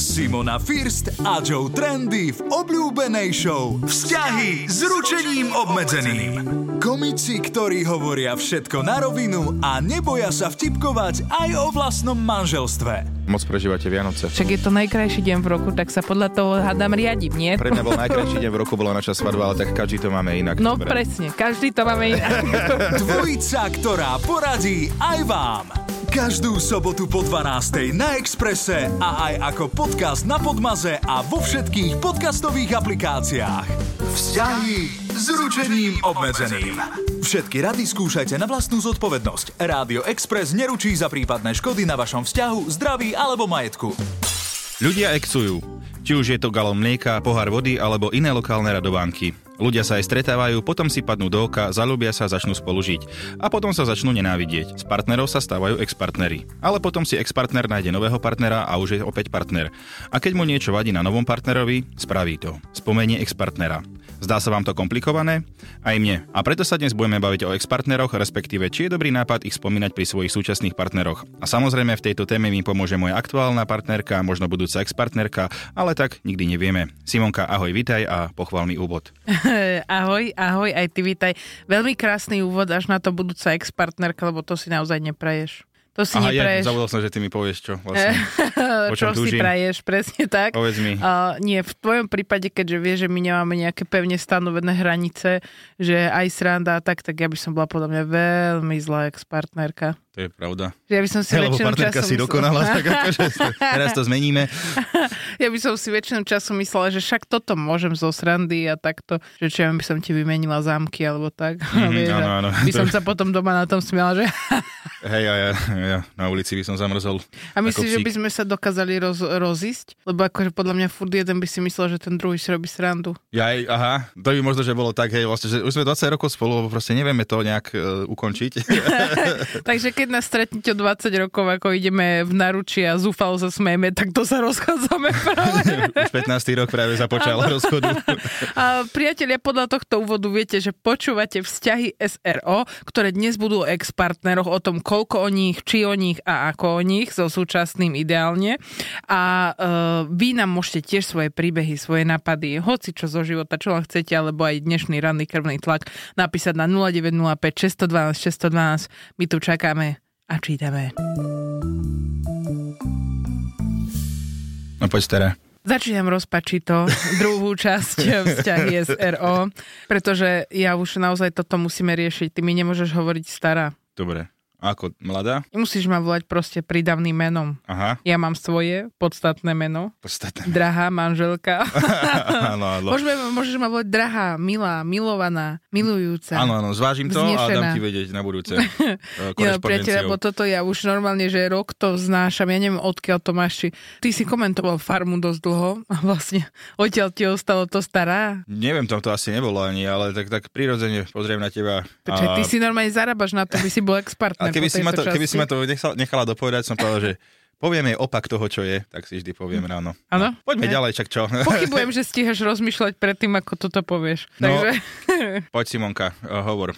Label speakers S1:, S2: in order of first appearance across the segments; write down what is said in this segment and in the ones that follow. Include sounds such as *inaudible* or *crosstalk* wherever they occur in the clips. S1: Simona First a Joe Trendy v obľúbenej show Vzťahy s ručením obmedzeným. Komici, ktorí hovoria všetko na rovinu a neboja sa vtipkovať aj o vlastnom manželstve.
S2: Moc prežívate Vianoce.
S3: Však je to najkrajší deň v roku, tak sa podľa toho hádam riadím, nie?
S2: Pre mňa bol najkrajší deň v roku, bola naša svadba, ale tak každý to máme inak.
S3: No
S2: Dobre.
S3: presne, každý to máme
S2: *laughs*
S3: inak.
S1: Dvojica, ktorá poradí aj vám. Každú sobotu po 12. na Exprese a aj ako podcast na Podmaze a vo všetkých podcastových aplikáciách. Vzťahy s ručením obmedzeným. Všetky rady skúšajte na vlastnú zodpovednosť. Rádio Express neručí za prípadné škody na vašom vzťahu, zdraví alebo majetku.
S2: Ľudia exujú. Či už je to galon mlieka, pohár vody alebo iné lokálne radovánky. Ľudia sa aj stretávajú, potom si padnú do oka, zalúbia sa, začnú spolu žiť. A potom sa začnú nenávidieť. Z partnerov sa stávajú ex-partnery. Ale potom si ex-partner nájde nového partnera a už je opäť partner. A keď mu niečo vadí na novom partnerovi, spraví to. Spomenie ex-partnera. Zdá sa vám to komplikované? Aj mne. A preto sa dnes budeme baviť o ex-partneroch, respektíve či je dobrý nápad ich spomínať pri svojich súčasných partneroch. A samozrejme v tejto téme mi pomôže moja aktuálna partnerka, možno budúca ex-partnerka, ale tak nikdy nevieme. Simonka, ahoj, vitaj a pochvál mi úvod.
S3: ahoj, ahoj, aj ty vítaj. Veľmi krásny úvod až na to budúca ex-partnerka, lebo to si naozaj nepraješ. To si
S2: Aha, ja,
S3: nepraješ. *laughs*
S2: zabudol som, že ty mi povieš čo vlastne. po
S3: čo
S2: čom
S3: si
S2: túžim.
S3: praješ, presne tak.
S2: Povedz mi.
S3: Uh, nie, v tvojom prípade, keďže vieš, že my nemáme nejaké pevne stanovené hranice, že aj sranda a tak, tak ja by som bola podľa mňa veľmi zlá ex-partnerka.
S2: To je pravda.
S3: Že Ja by som si
S2: Lebo
S3: väčšinou
S2: partnerka
S3: času
S2: si
S3: myslela- *laughs*
S2: dokonala, tak akože teraz to zmeníme.
S3: Ja by som si väčšinou času myslela, že však toto môžem zo srandy a takto, že čo ja by som ti vymenila zámky alebo tak. A
S2: Mhm,
S3: vieš, a
S2: áno, áno.
S3: By som sa potom doma na tom smiala, že...
S2: Hej, ja, ja, ja na ulici by som zamrzol.
S3: A
S2: ako
S3: myslím, že
S2: psík.
S3: by sme sa dokázali roz, rozísť, lebo akože podľa mňa furt jeden by si myslel, že ten druhý si robí srandu.
S2: Ja, aj- aha, to by možno, že bolo tak, hej, vlastne, že už sme 20 rokov spolu, lebo proste nevieme to nejak e,
S3: *laughs*
S2: ukončiť.
S3: Takže keď nás stretnete o 20 rokov, ako ideme v naruči a zúfalo sa smejeme, tak to sa rozchádzame *laughs* práve.
S2: už 15. rok práve započal rozchodu.
S3: *laughs* A priatelia, podľa tohto úvodu viete, že počúvate vzťahy SRO, ktoré dnes budú o ex-partneroch, o tom, koľko o nich, či o nich a ako o nich, so súčasným ideálne. A e, vy nám môžete tiež svoje príbehy, svoje nápady, hoci čo zo života, čo len chcete, alebo aj dnešný ranný krvný tlak napísať na 0905 612 612. My tu čakáme a čítame.
S2: No poď stará.
S3: Začínam rozpačito druhú časť vzťahy SRO, pretože ja už naozaj toto musíme riešiť. Ty mi nemôžeš hovoriť stará.
S2: Dobre. A ako mladá?
S3: Musíš ma volať proste prídavným menom.
S2: Aha,
S3: Ja mám svoje podstatné meno. *laughs*
S2: podstatné.
S3: Drahá manželka.
S2: áno, áno.
S3: *laughs* Môžeme, môžeš ma volať drahá, milá, milovaná, milujúca.
S2: Áno, áno, zvážim to a dám
S3: Vznešená.
S2: ti vedieť na
S3: *laughs*
S2: budúce. e,
S3: Nie, no, priateľ,
S2: korešpondenciou.
S3: lebo toto ja už normálne, že rok to znášam, ja neviem odkiaľ to máš. či- Ty si komentoval farmu dosť dlho a vlastne odtiaľ ti ostalo to stará.
S2: Neviem, tam to asi nebolo ani, ale tak, tak prirodzene pozriem na teba.
S3: Počkaj,
S2: a,
S3: ty si normálne zarábaš na to, by si bol
S2: a
S3: ex-partner
S2: keby, si
S3: po
S2: ma
S3: tejto
S2: to, keby si
S3: časti.
S2: ma to nechal, nechala dopovedať, som povedal, že poviem jej opak toho, čo je, tak si vždy poviem ráno.
S3: Hm. Áno? Hm.
S2: Poďme
S3: Ne.
S2: ďalej, čak čo.
S3: Pochybujem, že stíhaš rozmýšľať pred tým, ako toto povieš.
S2: No.
S3: Takže *laughs*
S2: Poď Simonka, e, hovor.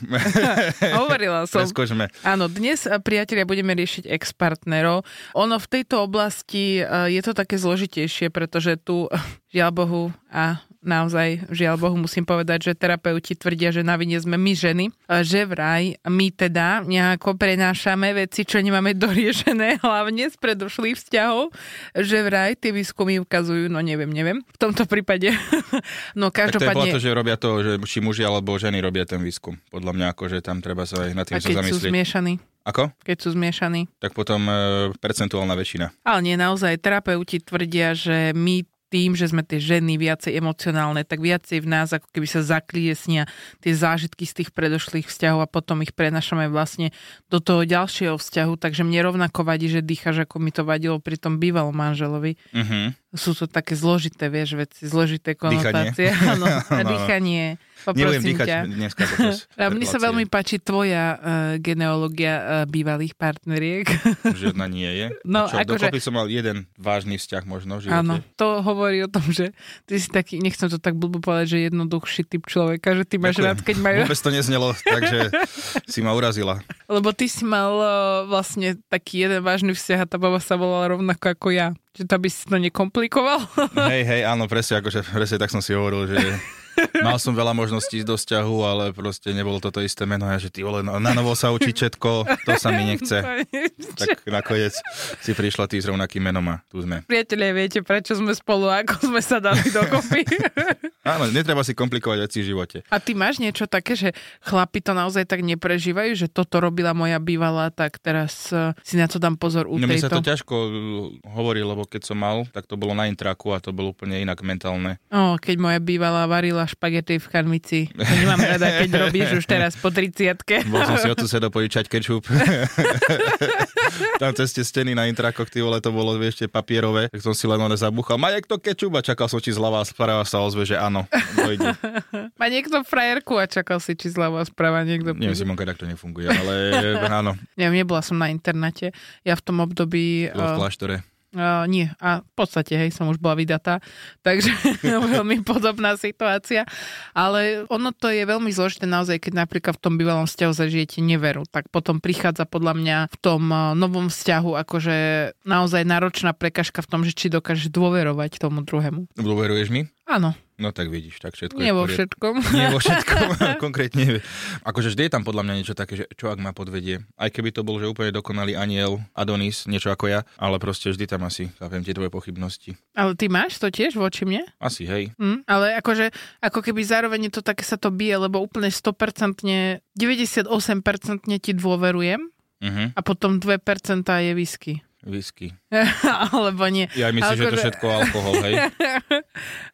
S3: hovorila
S2: *laughs*
S3: som.
S2: Preskočme.
S3: Áno, dnes, eh, priatelia, budeme riešiť ex-partnerov. Ono v tejto oblasti eh, je to také zložitejšie, pretože tu, *laughs* žiaľ Bohu, a naozaj, žiaľ Bohu, musím povedať, že terapeuti tvrdia, že na vine sme my ženy, eh, že vraj my teda nejako prenášame veci, čo nemáme *laughs* doriešené, hlavne z predošlých vzťahov, že vraj tie výskumy ukazujú, no neviem, neviem, v tomto prípade. *laughs* no
S2: Tak to je podľa to,
S3: každopádne,
S2: že robia to, že či muži alebo ženy robia ten výskum. Podľa mňa, akože tam treba sa aj nad tým
S3: a
S2: sa
S3: keď sú
S2: zamyslieť.
S3: zmiešaní,
S2: Ako?
S3: keď sú zmiešaní.
S2: Tak potom e, percentuálna väčšina.
S3: Ale nie, naozaj, terapeuti tvrdia, že my tým, že sme tie ženy viacej emocionálne, tak viacej v nás ako keby sa zakliesnia tie zážitky z tých predošlých vzťahov a potom ich prenašame vlastne do toho ďalšieho vzťahu, takže mne rovnako vadí, že dýchaš, ako mi to vadilo pri tom bývalom manželovi.
S2: Mhm.
S3: Sú to také zložité, vieš, veci, zložité konotácie.
S2: *laughs*
S3: Áno,
S2: Áno.
S3: dýchanie.
S2: No, Neviem
S3: Poprosím
S2: dýchať
S3: ťa.
S2: dneska. počas
S3: *laughs* A mne sa
S2: relácie.
S3: veľmi páči tvoja uh, genealógia uh, bývalých partneriek. *laughs*
S2: Žiadna nie je.
S3: No,
S2: Čo,
S3: akože-
S2: dokopy som mal jeden vážny vzťah možno v živote.
S3: Áno, to hovorí o tom, že ty si taký, nechcem to tak blbo povedať, že jednoduchší typ človeka, že ty máš
S2: Ďakujem.
S3: rád, keď majú...
S2: Vôbec to neznelo, takže
S3: *laughs*
S2: si ma urazila.
S3: Lebo ty si mal eh, vlastne taký jeden vážny vzťah a tá baba sa volala rovnako ako ja. Že to by si to nekomplikoval?
S2: Hej, hej, áno, presne, akože presne tak som si hovoril,
S3: *laughs*
S2: že mal som veľa možností ísť do vzťahu, ale proste nebolo toto isté meno. Ja, že ty vole, no, na novo sa učiť všetko, to sa mi
S3: *laughs*
S2: nechce. Tak nakoniec si prišla ty s rovnakým menom a tu sme.
S3: Priatelia, viete, prečo sme spolu a ako sme sa
S2: *laughs*
S3: dali dokopy?
S2: Áno, netreba si komplikovať veci v živote.
S3: a ty máš niečo také, že chlapi to naozaj tak neprežívajú, že toto robila moja bývalá, tak teraz eh, si na to dám pozor u
S2: No mne sa
S3: tejto.
S2: to ťažko uh, hovorí, lebo keď som mal, tak to bolo na intraku a to bolo úplne inak mentálne.
S3: O, keď moja bývalá varila špagety v kanvici. To nemám rada, keď robíš už teraz po 30
S2: Bol som si od suseda požičať
S3: *laughs*
S2: kečup. Tam cez tie steny na intrakoch, ty vole, to bolo ešte papierové, tak som si len one zabuchal. Má niekto kečup a čakal som, či zľava a sprava sa ozve, že áno,
S3: *laughs*
S2: dojde.
S3: Má niekto frajerku a čakal si, či zľava správa niekto.
S2: Neviem, Simonka, tak to nefunguje,
S3: *laughs*
S2: ale áno,
S3: Neviem, nebola som na internáte. Ja v tom období...
S2: to v
S3: eh,
S2: kláštore.
S3: Uh, nie, a v podstate, hej, som už bola vydatá, *laughs* takže veľmi podobná situácia, ale ono to je veľmi zložité naozaj, keď napríklad v tom bývalom vzťahu zažijete neveru, tak potom prichádza podľa mňa v tom uh, novom vzťahu akože naozaj náročná prekažka v tom, že či dokážeš dôverovať tomu druhému.
S2: Dôveruješ mi?
S3: Áno,
S2: No tak vidíš, tak všetko je v
S3: nie vo
S2: poriadku.
S3: všetkom.
S2: Nie vo
S3: *laughs*
S2: všetkom, konkrétne. Akože vždy je tam podľa mňa niečo také, že čo ak ma podvedie. Aj keby to bol, že úplne dokonalý aniel, Adonis, niečo ako ja, ale proste vždy tam asi, chápem tie tvoje pochybnosti.
S3: Ale ty máš to tiež voči mne?
S2: Asi, hej.
S3: Mm, ale akože, ako keby zároveň je to také sa to bije, lebo úplne 100%, 98% ti dôverujem,
S2: Mhm,
S3: a potom 2% je whisky. *laughs*
S2: whisky.
S3: Alebo nie.
S2: Ja aj myslím, že je to
S3: Akože-
S2: všetko alkohol, hej.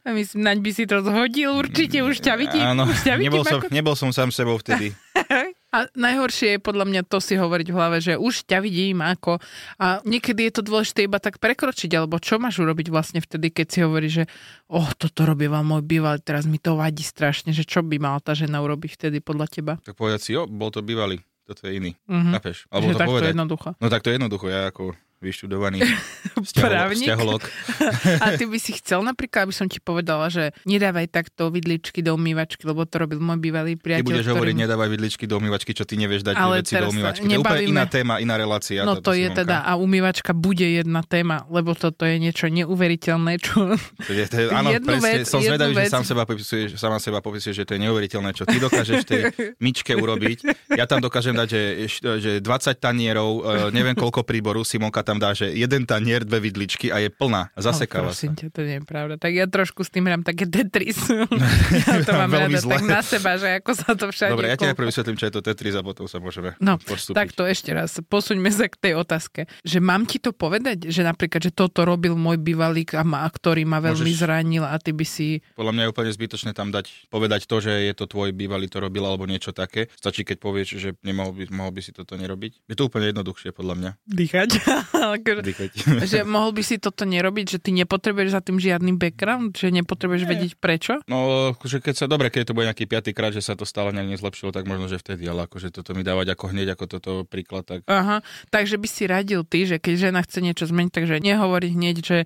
S3: Myslím, naň by si to zhodil určite, už *laughs* ťa vidím.
S2: Áno,
S3: už ťa vidím
S2: nebol som,
S3: ako...
S2: nebol som sám sebou vtedy.
S3: A najhoršie je podľa mňa to si hovoriť v hlave, že už ťa vidím ako... A niekedy je to dôležité iba tak prekročiť, alebo čo máš urobiť vlastne vtedy, keď si hovoríš, že oh, toto robieval môj bývalý, teraz mi to vadí strašne, že čo by mala tá žena urobiť vtedy podľa teba.
S2: Tak povedať si, jo, bol to bývalý, toto je iný.
S3: Mhm.
S2: Chápeš? Alebo
S3: že
S2: to
S3: takto
S2: povedať. *laughs*
S3: jednoducho.
S2: No tak to je jednoducho, ja ako
S3: *laughs*
S2: vyštudovaný
S3: Právnik.
S2: vzťaholog.
S3: A ty by si chcel napríklad, aby som ti povedala, že nedávaj takto vidličky do umývačky, lebo to robil môj bývalý
S2: Ty
S3: priateľ.
S2: budeš hovoriť,
S3: ktorým-
S2: nedávaj vidličky do umývačky, čo ty nevieš dať
S3: Ale
S2: veci do
S3: teraz sa
S2: umývačky. To je úplne
S3: nebavíme.
S2: iná téma, iná relácia.
S3: No
S2: táto
S3: to je
S2: Simonka.
S3: teda, a umývačka bude jedna téma, lebo toto je niečo neuveriteľné, čo...
S2: To je, to je, áno,
S3: Jednu
S2: presne,
S3: vec,
S2: som
S3: jednu
S2: zvedavý,
S3: vec.
S2: že sám seba popisuješ, sama seba popisuješ, že to je neuveriteľné, čo ty dokážeš tej myčke urobiť. Ja tam dokážem dať, že, že 20 tanierov, e, neviem koľko príboru, Simonka tam dá, že jeden tanier, dve vidličky a je plná. A Zasekáva
S3: no,
S2: sa.
S3: prosím ťa, to nie je pravda. Tak ja trošku s tým hrám také
S2: *laughs*
S3: Tetris. ja to mám
S2: Veľmi
S3: rada
S2: zle.
S3: tak na seba, že ako sa to všade...
S2: Dobre, ja ti
S3: koľko-
S2: najprv vysvetlím, čo je to Tetris a potom sa môžeme
S3: No,
S2: postúpiť.
S3: takto ešte raz, posuňme sa k tej otázke. Že mám ti to povedať, že napríklad, že toto robil môj bývalý, a ma, ktorý ma veľmi
S2: Môžeš-
S3: zranil a ty by si...
S2: Podľa mňa je úplne zbytočné tam dať, povedať to, že je to tvoj bývalý to robil alebo niečo také. Stačí, keď povieš, že nemohol by, mohol by si toto nerobiť. Je to úplne jednoduchšie, podľa mňa.
S3: Dýchať. *laughs* Akože-
S2: Dýchať.
S3: *laughs* že mohol by si toto nerobiť, že ty nepotrebuješ za tým žiadny background, že nepotrebuješ vedieť prečo?
S2: No, akože keď sa, dobre, keď to bude nejaký piatý krát, že sa to stále nejak nezlepšilo, tak možno, že vtedy, ale akože toto mi dávať ako hneď, ako toto príklad, tak
S3: Aha, takže by si radil ty, že keď žena chce niečo zmeniť, takže nehovorí hneď, že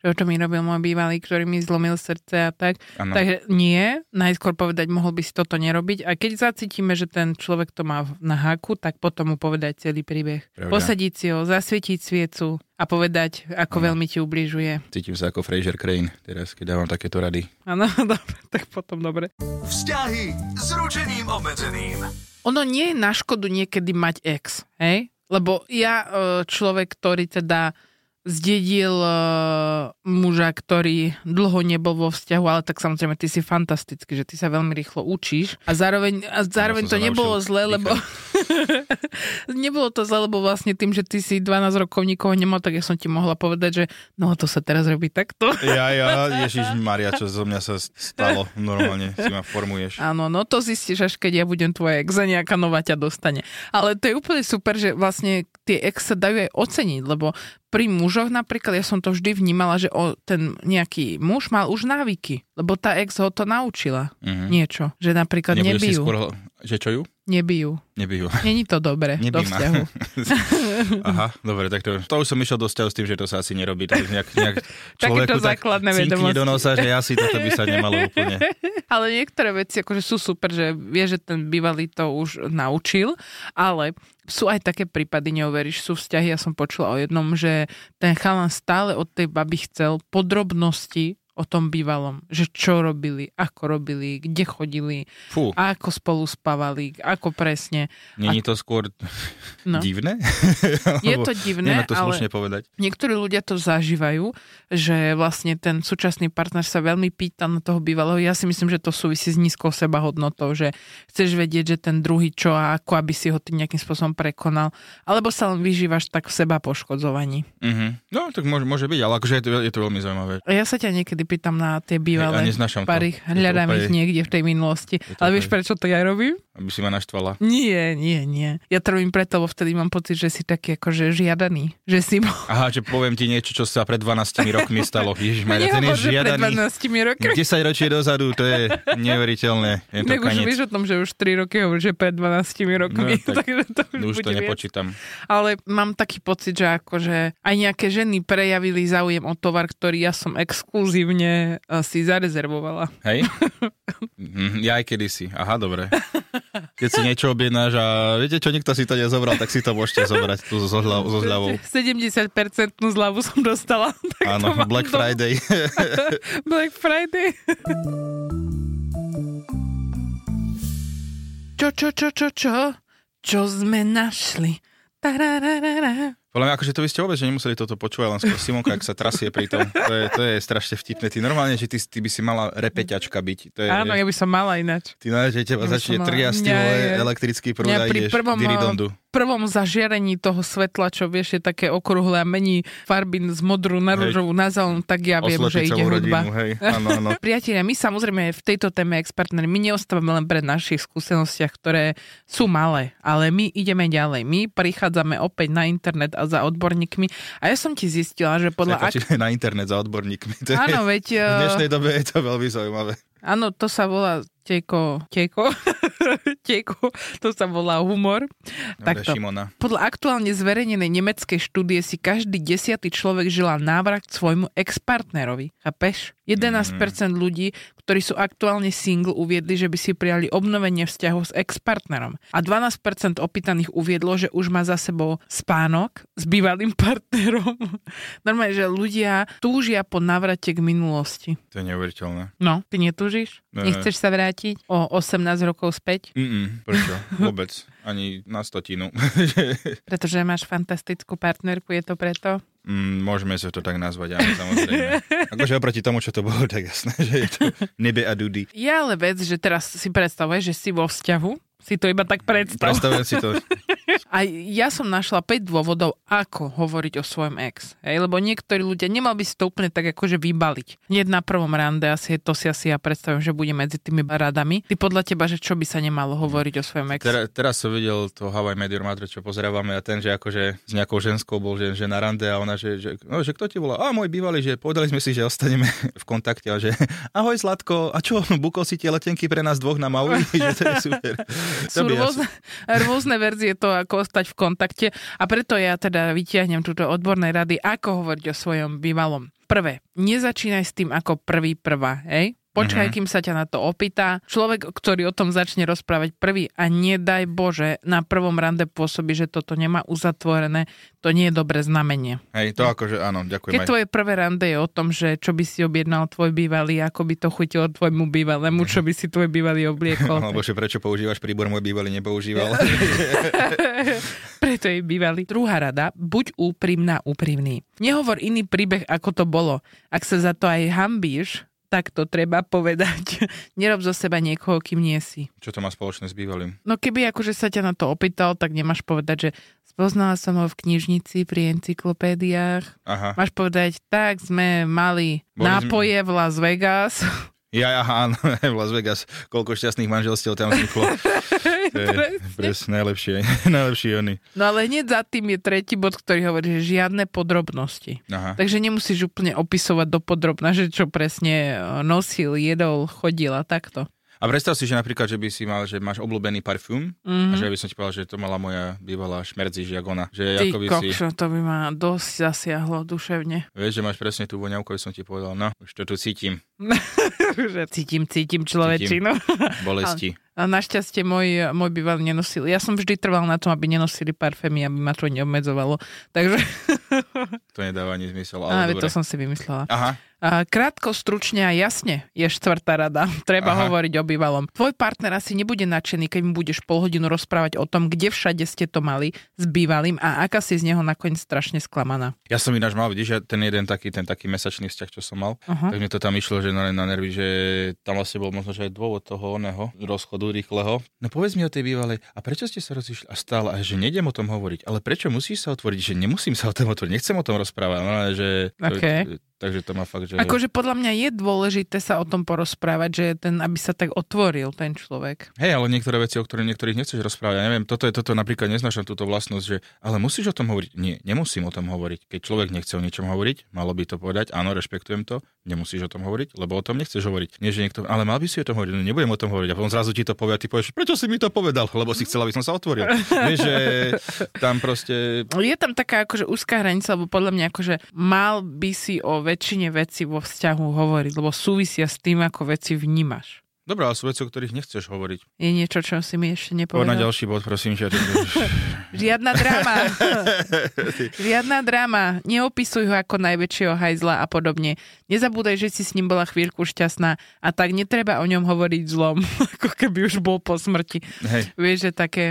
S3: že to mi robil môj bývalý, ktorý mi zlomil srdce a tak.
S2: áno.
S3: Takže nie, najskôr povedať, mohol by si toto nerobiť. A keď zacítime, že ten človek to má v- na háku, tak potom mu povedať celý príbeh.
S2: Pravda.
S3: Posadiť si ho, zasvietiť sviecu a povedať, ako veľmi ti ubližuje.
S2: Cítim sa ako Fraser Crane teraz, keď dávam takéto rady.
S3: Áno, *laughs* dobre, tak potom dobre.
S1: Vzťahy s ručením obmedzeným.
S3: ono nie je na škodu niekedy mať ex, hej? Lebo ja e, človek, ktorý teda zdedil e, muža, ktorý dlho nebol vo vzťahu, ale tak samozrejme ty si fantastický, že ty sa veľmi rýchlo učíš a zároveň, a zároveň
S2: som
S3: to
S2: sa
S3: nebolo
S2: naučil
S3: zle, lebo *laughs* nebolo to zle, lebo vlastne tým, že ty si 12 rokov nikoho nemal, tak ja som ti mohla povedať, že no to sa teraz robí takto.
S2: Ja, ja, Ježiš Maria, čo zo mňa sa stalo normálne, si ma formuješ.
S3: Áno, no to zistíš, až keď ja budem tvoja ex a nejaká nová ťa dostane. Ale to je úplne super, že vlastne tie ex sa dajú aj oceniť, lebo pri mužoch napríklad, ja som to vždy vnímala, že o, ten nejaký muž mal už návyky, lebo tá ex ho to naučila
S2: Mhm.
S3: niečo, že napríklad
S2: Nebudeš si
S3: nebijú.
S2: skôr, Že čo ju?
S3: Nebijú.
S2: Nebijú.
S3: Není to dobre do
S2: Nebí ma.
S3: vzťahu.
S2: *laughs* Aha, dobre, tak to, to už som išiel do vzťahu s tým, že to sa asi nerobí. Tak už nejak,
S3: *laughs*
S2: nejak človeku
S3: základné
S2: tak cinkne
S3: vedomosti.
S2: do nosa, že asi toto by sa nemalo úplne.
S3: Ale niektoré veci akože sú super, že vie, že ten bývalý to už naučil, ale sú aj také prípady, neuveríš, sú vzťahy, ja som počula o jednom, že ten chalan stále od tej baby chcel podrobnosti o tom bývalom, že čo robili, ako robili, kde chodili,
S2: Fú,
S3: ako spolu spávali, ako presne.
S2: není to skôr
S3: No.
S2: divné? *laughs*
S3: Je
S2: Alebo-
S3: to divné,
S2: Neviem, ako to
S3: ale
S2: slušne povedať.
S3: niektorí ľudia to zažívajú, že vlastne ten súčasný partner sa veľmi pýta na toho bývalého. Ja si myslím, že to súvisí s nízkou sebahodnotou, že chceš vedieť, že ten druhý čo a ako, aby si ho ty nejakým spôsobom prekonal. Alebo sa len vyžívaš tak v seba poškodzovaní.
S2: Uh-huh. No, tak môže, môže byť, ale akože je to, je to veľmi zaujímavé.
S3: A Ja sa ťa niekedy pýtam na
S2: Ja
S3: tie bývalé
S2: neznášam to.
S3: pary,
S2: Je to
S3: hľadám ich
S2: úplne-
S3: niekde v tej minulosti.
S2: Je to
S3: Ale vieš,
S2: úplne-
S3: prečo to ja robím?
S2: Aby si ma naštvala.
S3: No. Nie, nie, nie. Ja to robím preto, lebo vtedy mám pocit, že si taký akože žiadaný. Že si *laughs* bol...
S2: Aha, že poviem ti niečo, čo sa pred 12 rokmi
S3: *laughs*
S2: stalo. Ježišmarja, ten je
S3: Nehovor, že pred
S2: žiadaný.
S3: 12 rokmi.
S2: 10 ročie dozadu, to je neuveriteľné. Je to
S3: Tak už
S2: kanec.
S3: vieš o tom, že už 3 roky hovoríš, že pred 12 rokmi, *laughs*
S2: No, tak-
S3: takže to už,
S2: No, už to
S3: bude viac.
S2: nepočítam.
S3: Ale mám taký pocit, že akože aj nejaké ženy prejavili záujem o tovar, ktorý ja som exkluzívne eh, si zarezervovala.
S2: Hej? Mhm, Ja aj kedysi. Aha,
S3: *laughs*
S2: dobre. Keď si niečo objednáš a viete čo, nikto si to nezobral, tak si to môžete zobrať tu so, zľa- so
S3: *laughs*
S2: zľavou.
S3: 70% zľavu som dostala. *laughs* Tak to
S2: Áno,
S3: mám
S2: Black
S3: doma.
S2: Friday.
S3: Black Friday. Čo, čo, čo, čo, čo? Čo sme našli? Tarararara.
S2: Podľa mňa, akože to by ste vôbec že nemuseli toto počúvať, len skôr Simonka, ak sa trasie pri tom. To je, to je strašne vtipné. Ty normálne, že ty, ty by si mala repeťačka byť. To je,
S3: Áno, ja by som mala ináč.
S2: Ty na, že teba
S3: Ja by
S2: začne
S3: som mala-
S2: triasť
S3: Mňa
S2: vole,
S3: je-
S2: elektrický prúd
S3: Mňa
S2: a
S3: pri
S2: ideš
S3: prvom, eh,
S2: diridondu.
S3: prvom zažiarení toho svetla, čo vieš, je také okrúhle a mení farbin z modru na
S2: Hej.
S3: rúžovú na zelenú, tak ja viem,
S2: Oslepí
S3: že ide
S2: celú rodinu,
S3: hudba.
S2: hej. Áno, áno.
S3: *laughs* Priatelia, my samozrejme v tejto téme expertner, my neostávame len pre našich skúsenostiach, ktoré sú malé, ale my ideme ďalej. My prichádzame opäť na internet a za odborníkmi a ja som ti zistila, že podľa...
S2: *laughs* Ak...
S3: Ak...
S2: akože na internet za odborníkmi. To je,
S3: Áno, veď...
S2: v
S3: eh,
S2: dnešnej dobe je to veľmi zaujímavé.
S3: Áno, to sa volá tejko, tejko, *laughs* tejko, to sa volá humor.
S2: Dobre,
S3: Takto.
S2: Šimona.
S3: Podľa aktuálne zverejnenej nemeckej štúdie si každý desiatý človek žila návrat k svojmu ex-partnerovi. Chápeš? 11% ľudí, ktorí sú aktuálne single, uviedli, že by si prijali obnovenie vzťahov s ex-partnerom. A 12% opýtaných uviedlo, že už má za sebou spánok s bývalým *laughs* partnerom. Normálne, že ľudia túžia po navrate k minulosti.
S2: To je neuveriteľné.
S3: No, ty netúžiš?
S2: Ne.
S3: Nechceš sa vrátiť o 18 rokov späť,
S2: Mm-mm, prečo? Vôbec. Ani na stotinu.
S3: pretože máš fantastickú partnerku, je to preto?
S2: *laughs* Mm, môžeme sa to tak nazvať, áno,
S3: *laughs*
S2: samozrejme. Akože oproti tomu, čo to bolo, tak jasné, že je to nebe a dudy.
S3: Je ale vec, že teraz si predstavuješ, že si vo vzťahu, si to iba tak predstav.
S2: Predstavujem si to.
S3: A ja som našla 5 dôvodov, ako hovoriť o svojom ex. Hej, lebo niektorí ľudia nemal by si to úplne tak akože vybaliť. Hneď na prvom rande asi je to si asi ja predstavím, že bude medzi tými radami. Ty podľa teba, že čo by sa nemalo hovoriť o svojom ex?
S2: Teraz, teraz som videl to Hawaii Meteor Madre, čo pozerávame a ten, že akože s nejakou ženskou bol, že, že na rande a ona, že, že, no, že kto ti volá? A môj bývalý, že povedali sme si, že ostaneme v kontakte a že ahoj Zlatko, a čo, bukol si tie letenky pre nás dvoch na Maui? *laughs* že to je super.
S3: Sú
S2: by
S3: rôzne, *laughs* rôzne verzie toho, ako ostať v kontakte a preto ja teda vytiahnem túto odborné rady, ako hovoriť o svojom bývalom. Prvé, nezačínaj s tým ako prvý prvá, hej? Počkaj,
S2: Mhm.
S3: kým sa ťa na to opýta. Človek, ktorý o tom začne rozprávať prvý a nedaj Bože, na prvom rande pôsobí, že toto nemá uzatvorené, to nie je dobré znamenie.
S2: Hej, to akože, áno, ďakujem.
S3: Keď
S2: aj.
S3: tvoje prvé rande je o tom, že čo by si objednal tvoj bývalý, ako by to chutilo tvojmu bývalému, čo by si tvoj
S2: *laughs*
S3: bývalý obliekol.
S2: Mhm. Alebo že prečo používaš príbor, môj bývalý nepoužíval.
S3: Preto je bývalý. Druhá rada, buď úprimná, úprimný. Nehovor iný príbeh, ako to bolo. Ak sa za to aj hambíš, tak to treba povedať. *laughs* Nerob zo seba niekoho, kým nie si.
S2: *laughs* čo to má spoločné s bývalým?
S3: No keby akože sa ťa na to opýtal, tak nemáš povedať, že spoznala som ho v knižnici, pri encyklopédiách.
S2: Aha.
S3: Máš povedať, tak sme mali
S2: Boli sme-
S3: nápoje v Las Vegas.
S2: Ja, aha, áno, *laughs* v Las Vegas, koľko šťastných manželstiev tam
S3: *laughs*
S2: vzniklo. To je *laughs* presne najlepšie, *laughs* najlepšie oni.
S3: No ale hneď za tým je tretí bod, ktorý hovorí, že žiadne podrobnosti.
S2: Aha.
S3: Takže nemusíš úplne opisovať do podrobna, že čo presne e, nosil, jedol, chodil a takto.
S2: A predstav si, že napríklad, že by si mal, že máš obľúbený parfum,
S3: Mhm.
S2: mm-hmm. a že by som ti povedal, že to mala moja bývalá šmerdzi žiagona. Že
S3: Ty
S2: ako by si,
S3: kokšo, to by ma dosť zasiahlo duševne. *laughs*
S2: vieš, že máš presne tú voňavku, aby som ti povedal, no, už to tu cítim,
S3: Že cítim, cítim človečinu.
S2: bolesti.
S3: *laughs* A našťastie môj, môj bývalý nenosil. Ja som vždy trval na tom, aby nenosili parfémy, aby ma to neobmedzovalo. Takže
S2: To nedáva ani
S3: *laughs*
S2: zmysel,
S3: á,
S2: ale
S3: veď
S2: dobre.
S3: to som si vymyslela.
S2: Aha,
S3: A krátko, stručne a jasne je štvrtá rada. *laughs* Treba
S2: Aha.
S3: Aha. hovoriť o bývalom. Tvoj partner asi nebude nadšený, keď mu budeš pol hodinu rozprávať o tom, kde všade ste to mali s bývalým a aká si z neho nakoniec strašne sklamaná.
S2: ja som ináč mal, vidíš, ja ten jeden taký, ten taký mesačný vzťah, čo som mal,
S3: Aha.
S2: tak mi to tam išlo, že na, na nervy, že tam vlastne bol možno, že aj dôvod toho oného rozchodu rýchleho. No povedz mi o tej bývalej, a prečo ste sa rozišli a stále, a že nedem o tom hovoriť, ale prečo musíš sa otvoriť, že nemusím sa o tom otvoriť, nechcem o tom rozprávať, no, ale že...
S3: OK.
S2: To, takže to má fakt, že...
S3: Akože podľa mňa je dôležité sa o tom porozprávať, že ten, aby sa tak otvoril ten človek.
S2: Hej, ale niektoré veci, o ktorých niektorých nechceš rozprávať, ja neviem, toto je toto napríklad neznášam túto vlastnosť, že ale musíš o tom hovoriť. Nie, nemusím o tom hovoriť. Keď človek nechce o ničom hovoriť, malo by to povedať, áno, rešpektujem to, nemusíš o tom hovoriť, lebo o tom nechceš hovoriť. Nie, že niekto, ale mal by si o tom hovoriť, no nebudem o tom hovoriť. A potom zrazu ti to povie, a ty povieš, prečo si mi to povedal, lebo si chcela, aby som sa otvoril. Vieš, že tam proste
S3: Je tam taká akože úzká hranica, lebo podľa mňa akože mal by si o väčšine veci vo vzťahu hovoriť, lebo súvisia s tým, ako veci vnímaš.
S2: Dobre, ale sú veci, o ktorých nechceš hovoriť.
S3: Je niečo, čo si mi ešte
S2: Poď na
S3: nepovedal?
S2: ďalší bod, prosím, že... *laughs*
S3: Žiadna drama. Žiadna drama. Neopisuj ho ako najväčšieho hajzla a podobne. Nezabúdaj, že si s ním bola chvíľku šťastná a tak netreba o ňom hovoriť zlom, *laughs* ako keby už bol po smrti.
S2: Hej,
S3: Vieš, že také...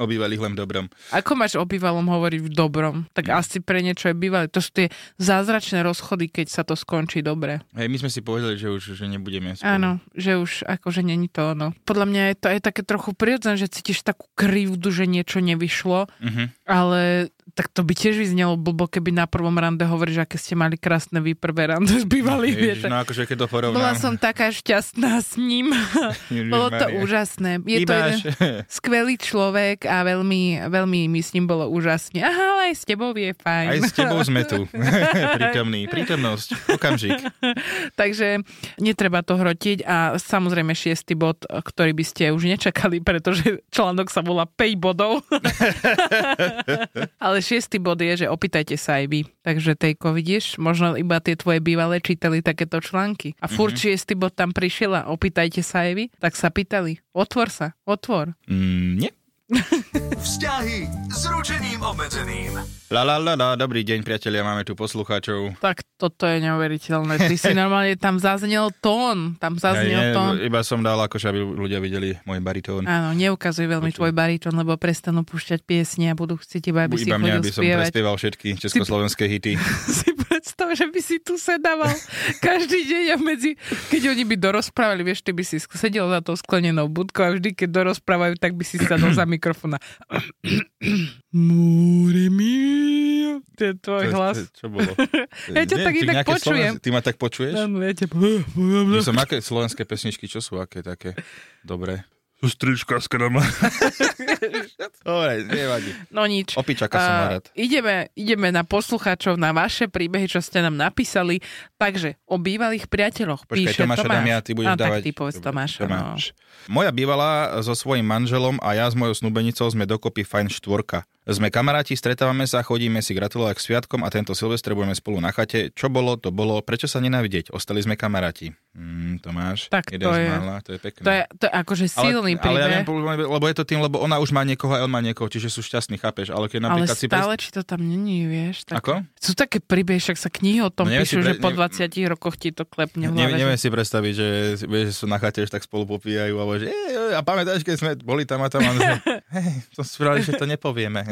S2: obývali len dobrom.
S3: Ako máš o bývalom hovoriť v dobrom? Tak asi pre niečo je bývalý. To sú tie zázračné rozchody, keď sa to skončí dobre.
S2: Hej, my sme si povedali, že už že nebudeme spolu.
S3: Áno, že už akože není to ono. Podľa mňa je to aj také trochu prirodzené, že cítiš takú krivdu, že niečo nevyšlo
S2: Mhm.
S3: Ale tak to by tiež vyznelo blbo, keby na prvom rande hovoríš, aké ste mali krásne vy prvé rande s bývalým.
S2: Ježiš,
S3: viete.
S2: no akože keď to porovnám.
S3: Bola som taká šťastná s ním.
S2: Ježiš
S3: Bolo to
S2: Maria.
S3: úžasné. Je to
S2: Ibaš.
S3: jeden skvelý človek a veľmi, veľmi mi s ním bolo úžasne. Aha, ale aj s tebou je fajn.
S2: *laughs* Aj s tebou sme
S3: *laughs*
S2: tu. Prítomný. Prítomnosť. Okamžik.
S3: Takže netreba to hrotiť a samozrejme šiestý bod, ktorý by ste už nečakali, pretože článok sa volá 5 bodov. Ale šiestý bod je, že opýtajte sa aj vy. Takže tejko, vidíš, možno iba tie tvoje bývalé čítali takéto články. A furt mm-hmm. šiestý bod tam prišiel a opýtajte sa aj vy, tak sa pýtali. Otvor sa, otvor.
S2: Mm, nie.
S1: Vzťahy s ručením obmedzeným.
S2: La, la, la, la. Dobrý deň, priatelia, máme tu poslucháčov.
S3: Tak toto je neuveriteľné. Ty si normálne, tam zaznel tón, tam zaznel
S2: nie,
S3: tón.
S2: iba som dal, akože aby ľudia videli môj baritón.
S3: Áno, neukazuj veľmi tvoj baritón, lebo prestanú púšťať piesne a budú chcieť iba, aby si
S2: iba mňa,
S3: chodil
S2: aby som
S3: spievať.
S2: prespieval všetky československé hity.
S3: *laughs* si predstav, že by si tu sedával každý deň a medzi, keď oni by dorozprávali, vieš, ty by si sk- sedel za tou sklenenou budkou a vždy, keď dorozprávajú, tak by si sadol za mikrofona. *coughs* Múri mi, to je tvoj
S2: To-
S3: hlas.
S2: to- Čo bolo?
S3: *laughs* Ja ťa
S2: Nie,
S3: tak
S2: ty
S3: inak
S2: nejaké
S3: počujem.
S2: Slovenské, ty ma tak počuješ?
S3: Áno, ja *coughs* ťa-
S2: My som, aké slovenské pesničky, čo sú aké také? Dobre. Strička z
S3: *laughs*
S2: krama. *laughs* Dobre, nevadí.
S3: No nič.
S2: Opičaka som
S3: A
S2: mal rád.
S3: Ideme, ideme na poslucháčov, na vaše príbehy, čo ste nám napísali. Takže o bývalých priateľoch
S2: Počkaj,
S3: píše
S2: Tomáša
S3: Tomáš.
S2: dám ja, ty budeš
S3: a,
S2: dávať.
S3: Tak ty povedz no.
S2: Dobre,
S3: Tomáš. Tomáš.
S2: Tomáš. Moja bývalá so svojím manželom a ja s mojou snúbenicou sme dokopy fajn štvorka. Sme kamaráti, stretávame sa, chodíme si gratulovať k sviatkom a tento Silvestre budeme spolu na chate. Čo bolo, to bolo, prečo sa nenávidieť? Ostali sme kamaráti. Mm, Tomáš,
S3: Tak
S2: jeden
S3: to
S2: z
S3: je-
S2: mála, to je pekné.
S3: To je, to je akože silný
S2: ale, ale ja
S3: príbeh,
S2: viem, lebo je to tým, lebo ona už má niekoho a on má niekoho, čiže sú šťastní, chápeš? Ale keď
S3: ale
S2: napríklad si...
S3: stále, či to tam není, vieš.
S2: Pres...
S3: Tak...
S2: Ako?
S3: Sú také príbehy, však sa knihy o tom
S2: No neviem si
S3: píšu, že
S2: pre-
S3: po
S2: ne-
S3: 20 rokoch ti to klepne v
S2: Ne,
S3: hlave.
S2: neviem si
S3: že-
S2: predstaviť, že, si- vieš, že sú na chate, že tak spolu popíjajú a že "Ej, ej, a pamätáš, keď sme boli tam a tam a my
S3: *laughs*
S2: sme, hej, to spravili, že to nepovieme.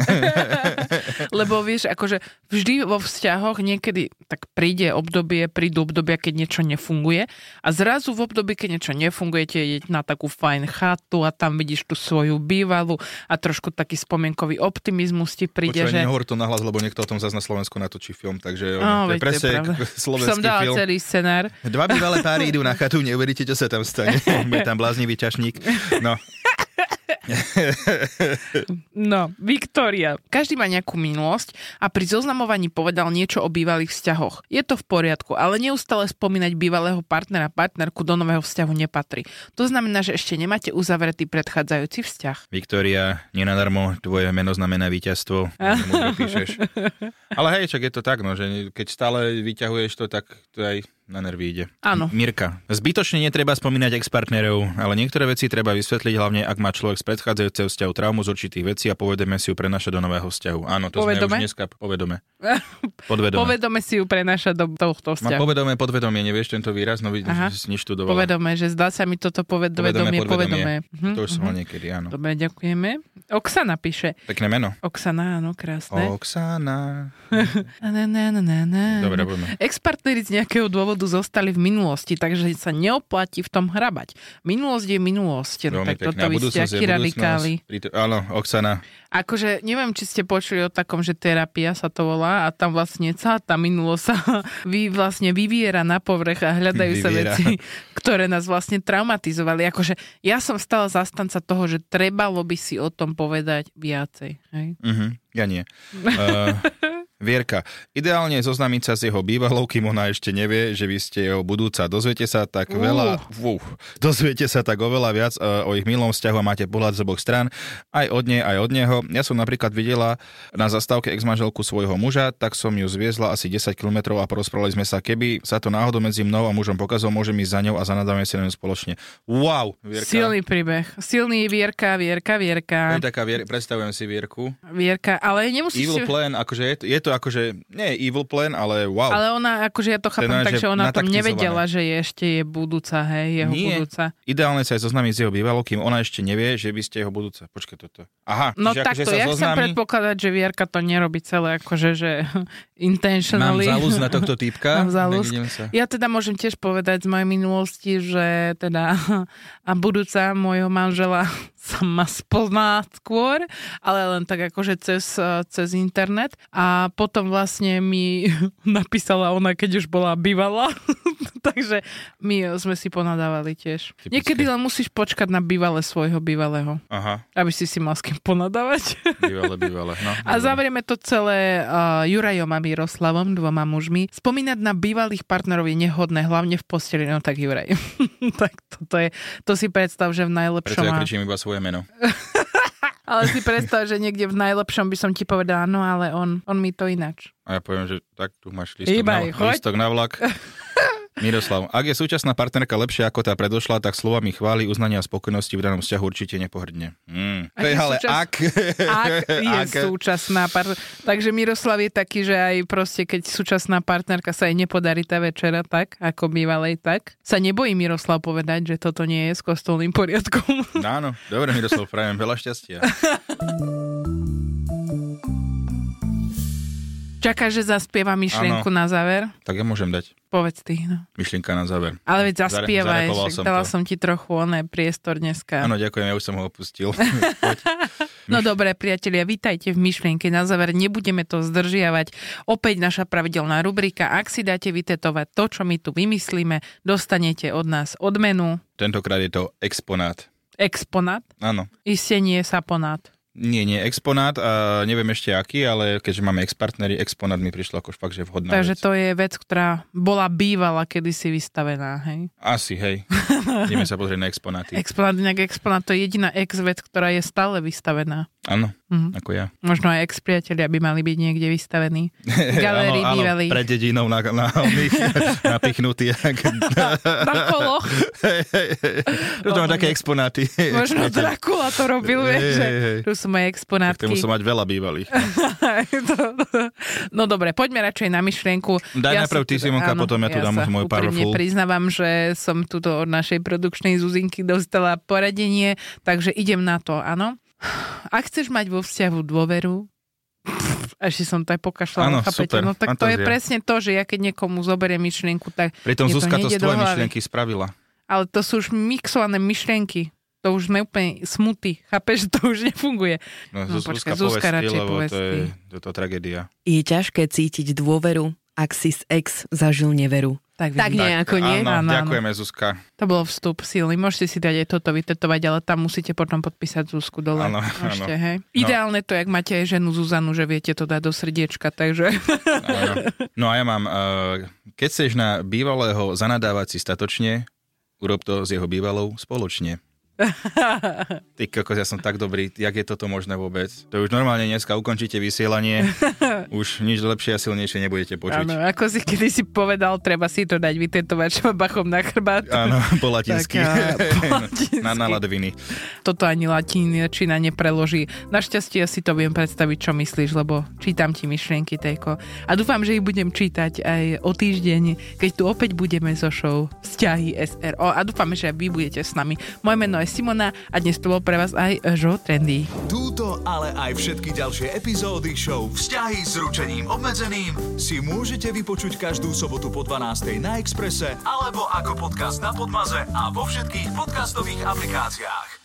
S3: Lebo vieš, akože vždy vo vzťahoch niekedy tak príde obdobie, prídu obdobia, keď niečo nefunguje a zrazu v období, keď niečo nefunguje, tie ide na takú fajn chatu a tam vidíš tú svoju bývalú a trošku taký spomienkový optimizmus ti príde,
S2: Počúvaj,
S3: že...
S2: nehovor to nahlas, lebo niekto o tom zase na Slovensku natočí film, takže
S3: Á,
S2: ono, to
S3: veď
S2: je presne *laughs*
S3: pravda.
S2: k-
S3: Už som
S2: slovenský
S3: dala
S2: film.
S3: celý scenár.
S2: Dva
S3: *laughs*
S2: bývalé páry idú na chatu, neuveríte, čo sa tam stane. Bude tam bláznivý ťažník. No.
S3: No, Viktória. Každý má nejakú minulosť a pri zoznamovaní povedal niečo o bývalých vzťahoch. Je to v poriadku, ale neustále spomínať bývalého partnera partnerku do nového vzťahu nepatrí. To znamená, že ešte nemáte uzavretý predchádzajúci vzťah.
S2: Viktória, nenadarmo tvoje meno znamená
S3: *laughs*
S2: víťazstvo. Múdro píšeš. Ale hej, čak je to tak, no, že keď stále vyťahuješ to, tak to aj na nervy ide.
S3: Áno.
S2: Mirka, zbytočne netreba spomínať ex-partnerov, ale niektoré veci treba vysvetliť, hlavne ak má človek z predchádzajúceho vzťahu traumu z určitých vecí a povedeme si ju prenašať do nového vzťahu. Áno, to
S3: Povedome?
S2: sme už dneska
S3: *laughs*
S2: povedome. Podvedome.
S3: Povedome si ju prenášať do tohto
S2: Má
S3: vzťahu.
S2: povedomé, podvedomie, nevieš tento výraz? No vidíš,
S3: Aha.
S2: že si neštudovala.
S3: Povedome, že zdá sa mi toto povedomie, povedomie. Mhm,
S2: To už som mal
S3: mhm.
S2: niekedy, áno.
S3: Dobre, ďakujeme. Oksana píše.
S2: Pekné meno.
S3: Oksana, áno, krásne.
S2: Oksana.
S3: Na, na, na, na, na.
S2: Dobre, poďme.
S3: Ex-partneri z nejakého dôvodu zostali v minulosti, takže sa neoplatí v tom hrabať. Minulosť je minulosť.
S2: Veľmi
S3: No, tak
S2: pekné.
S3: toto
S2: A
S3: vy ste
S2: budúcnosť je
S3: akí radikáli.
S2: budúcnosť. Pri to- Áno, Oksana.
S3: Akože neviem, či ste počuli o takom, že terapia sa to volá a tam vlastne celá tá minulosť sa *laughs* vy, vlastne vyviera na povrch a hľadajú sa
S2: Vyviera.
S3: veci, ktoré nás vlastne traumatizovali. Akože ja som stále zastanca toho, že trebalo by si o tom povedať viacej. Hej?
S2: Mhm, ja
S3: *laughs*
S2: nie. Uh, Vierka, ideálne zoznamiť sa s jeho bývalou, kým ona ešte nevie, že vy ste jeho budúca. Dozviete sa tak
S3: Ú.
S2: veľa, uh, dozviete sa tak oveľa viac uh, o ich milom vzťahu a máte pohľad z oboch strán, aj od nej, aj od neho. Ja som napríklad videla na zastávke ex-manželku svojho muža, tak som ju zviezla asi 10 km a porozprávali sme sa, keby sa to náhodou medzi mnou a mužom pokazilo, môžem ísť za ňou a zanadáme si na ňu spoločne. Wow, Vierka.
S3: Silný príbeh. Silný Vierka, Vierka,
S2: To
S3: Vierka.
S2: je taká, vier- predstavujem si
S3: *laughs*
S2: Vierku.
S3: Vierka, ale nemusíš
S2: Evil
S3: si...
S2: plan, akože je to, je to akože, nie je evil plan, ale wow.
S3: Ale ona, akože ja to chápem
S2: Oh. je, že
S3: tak, že ona
S2: nataktizované.
S3: tam nevedela, že je ešte je budúca, hej, jeho
S2: Nie.
S3: budúca.
S2: Ideálne sa aj zoznámiť s jeho bývalou, kým ona ešte nevie, že by ste jeho budúca. Počkaj toto. Aha,
S3: No
S2: čiže akože
S3: takto,
S2: sa
S3: ja chcem
S2: zoznámi,
S3: predpokladať, že Vierka to nerobí celé, akože, že *laughs*
S2: mám
S3: intentionally.
S2: zalúz na tohto týpka.
S3: Mám zalúz.
S2: tak idem sa.
S3: Ja teda môžem tiež povedať z mojej minulosti, že teda a budúca môjho manžela *laughs* sa ma spozná skôr, ale len tak akože cez, eh, cez internet. A potom vlastne mi *laughs* napísala ona, keď už bola bývalá. *laughs* Takže my sme si ponadávali tiež.
S2: Typické.
S3: Niekedy len musíš počkať na bývalé svojho bývalého,
S2: Aha,
S3: aby si si mal s kým ponadávať.
S2: bývalé, bývalé. No,
S3: A
S2: dobre.
S3: zavrieme to celé uh, Jurajom a Miroslavom, dvoma mužmi. Spomínať na bývalých partnerov je nehodné, hlavne v posteli, no tak Juraj. *laughs* tak toto je, to si predstav, že v
S2: Preto
S3: najlepšom...
S2: ja
S3: a-
S2: kričím iba svoje meno.
S3: ale si predstav, že niekde v najlepšom by som ti povedala, no ale on, on mi to inač.
S2: A ja poviem, že tak tu máš listok,
S3: Iba
S2: na,
S3: aj, choď.
S2: listok na
S3: *laughs*
S2: vlak. Miroslav, ak je súčasná partnerka lepšia ako tá predošla, tak slovami chvály, uznania a spokojnosti v danom vzťahu určite nepohrdne. Mm.
S3: Ak
S2: To je
S3: je
S2: ale
S3: súčas-
S2: ak...
S3: Ak je
S2: *laughs* ak-
S3: súčasná partnerka. Takže Miroslav je taký, že aj proste, keď súčasná partnerka sa jej nepodarí tá večera tak, ako bývalej tak, sa nebojí Miroslav povedať, že toto nie je s kostolným poriadkom. *laughs*
S2: Áno, dobre Miroslav, prajem veľa šťastia.
S3: Čaká, že zaspieva myšlienku na záver?
S2: Tak ja môžem dať
S3: Povedz ty, no.
S2: myšlienka na záver.
S3: Ale veď
S2: Zare-
S3: zaspievaj,
S2: zarepoval
S3: však
S2: som
S3: dala
S2: to.
S3: som ti trochu oné priestor dneska.
S2: Áno, ďakujem, ja už som ho
S3: *laughs*
S2: opustil.
S3: No dobre, priatelia, vítajte v myšlienke. Na záver nebudeme to zdržiavať. Opäť naša pravidelná rubrika. Ak si dáte vytetovať to, čo my tu vymyslíme, dostanete od nás odmenu,
S2: Tentokrát je to exponát.
S3: exponát,
S2: Áno.
S3: iste nie saponát.
S2: Nie, nie, exponát, a neviem ešte aký, ale keďže máme ex-partnery, exponát mi prišlo ako fakt, že vhodná
S3: Takže
S2: vec.
S3: to je vec, ktorá bola bývala kedysi vystavená, hej?
S2: Asi,
S3: *laughs*
S2: hej. Ideme sa pozrieť na exponáty.
S3: Exponát, inak exponát, to je jediná ex vec, ktorá je stále vystavená.
S2: Áno,
S3: Mhm.
S2: ako ja.
S3: Možno aj ex-priatelia by mali byť niekde
S2: *laughs*
S3: vystavení. V galérii
S2: áno, áno,
S3: bývalých.
S2: pred dedinou na, na, na, napichnutý.
S3: *laughs*
S2: *laughs*
S3: Na koloch.
S2: to mám také exponáty. *laughs*
S3: Možno Dracula to robil,
S2: Hej,
S3: vieš, že
S2: hej, hej.
S3: tu sú moje
S2: Tak
S3: exponátky.
S2: to
S3: *laughs*
S2: musím mať veľa bývalých.
S3: To- no dobre, poďme radšej na myšlienku.
S2: Daj najprv
S3: sa
S2: ty,
S3: teda-
S2: Simonka, potom ja tu dám
S3: sa
S2: moju
S3: úprimne
S2: powerful.
S3: priznávam, že som tuto od našej produkčnej Zuzinky dostala poradenie, takže idem na to, áno? Ak chceš mať vo vzťahu dôveru, ešte som to aj
S2: Áno,
S3: pokašľala, chápete?
S2: super,
S3: No tak to je
S2: fantázia.
S3: presne to, že ja keď niekomu zoberiem myšlienku, tak
S2: Pritom
S3: Mne to
S2: Zuzka to z
S3: nejde do
S2: tvojej
S3: hlavy.
S2: myšlienky spravila.
S3: Ale to sú už mixované myšlienky. To už sme úplne smutí. Chápeš, *laughs* že to už nefunguje.
S2: No,
S3: No,
S2: Zuzka,
S3: počkaj, Zuzka
S2: povedz ty,
S3: radšej
S2: lebo
S3: povedz
S2: to je,
S3: ty.
S2: to, to tragédia.
S4: Je ťažké cítiť dôveru, ak si s ex zažil neveru.
S3: Tak,
S4: Tak
S3: vidíš.
S4: nejako, nie?
S3: Áno,
S2: Áno,
S3: áno.
S2: ďakujeme Zuzka.
S3: To bolo vstup silný. Môžete si dať aj toto vytetovať, ale tam musíte potom podpísať Zuzku dole.
S2: Áno,
S3: Môžete,
S2: áno.
S3: hej.
S2: No.
S3: Ideálne to, jak máte aj ženu Zuzanu, že viete to dať do srdiečka, takže...
S2: Áno. No a ja mám, eh, keď chceš na bývalého zanadávať si statočne, urob to s jeho bývalou
S3: *laughs*
S2: spoločne. Ty kokos, ja som tak dobrý, jak je toto možné vôbec? To už normálne dneska ukončíte vysielanie,
S3: *laughs*
S2: už nič lepšie a silnejšie nebudete
S3: Áno,
S2: počuť.
S3: ako si kedy si povedal, treba si to dať vytetovať *laughs* šabachom na chrbát.
S2: Áno, *laughs* po latinsky. *laughs*
S3: Tak, po
S2: na, na ladviny.
S3: Toto ani latinčina nepreloží. Našťastie ja si to viem predstaviť, čo myslíš, lebo čítam ti myšlienky, Tejko. A dúfam, že ich budem čítať aj o týždeň, keď tu opäť budeme so show Vzťahy SRO. A dúfame, že aj vy budete s nami. Moje meno je Simona a dnes to bol pre vás aj Žo Trendy.
S1: Túto, ale aj všetky ďalšie epizódy show Vzťahy s ručením obmedzeným si môžete vypočuť každú sobotu po 12. na Exprese alebo ako podcast na Podmaze a vo všetkých podcastových aplikáciách.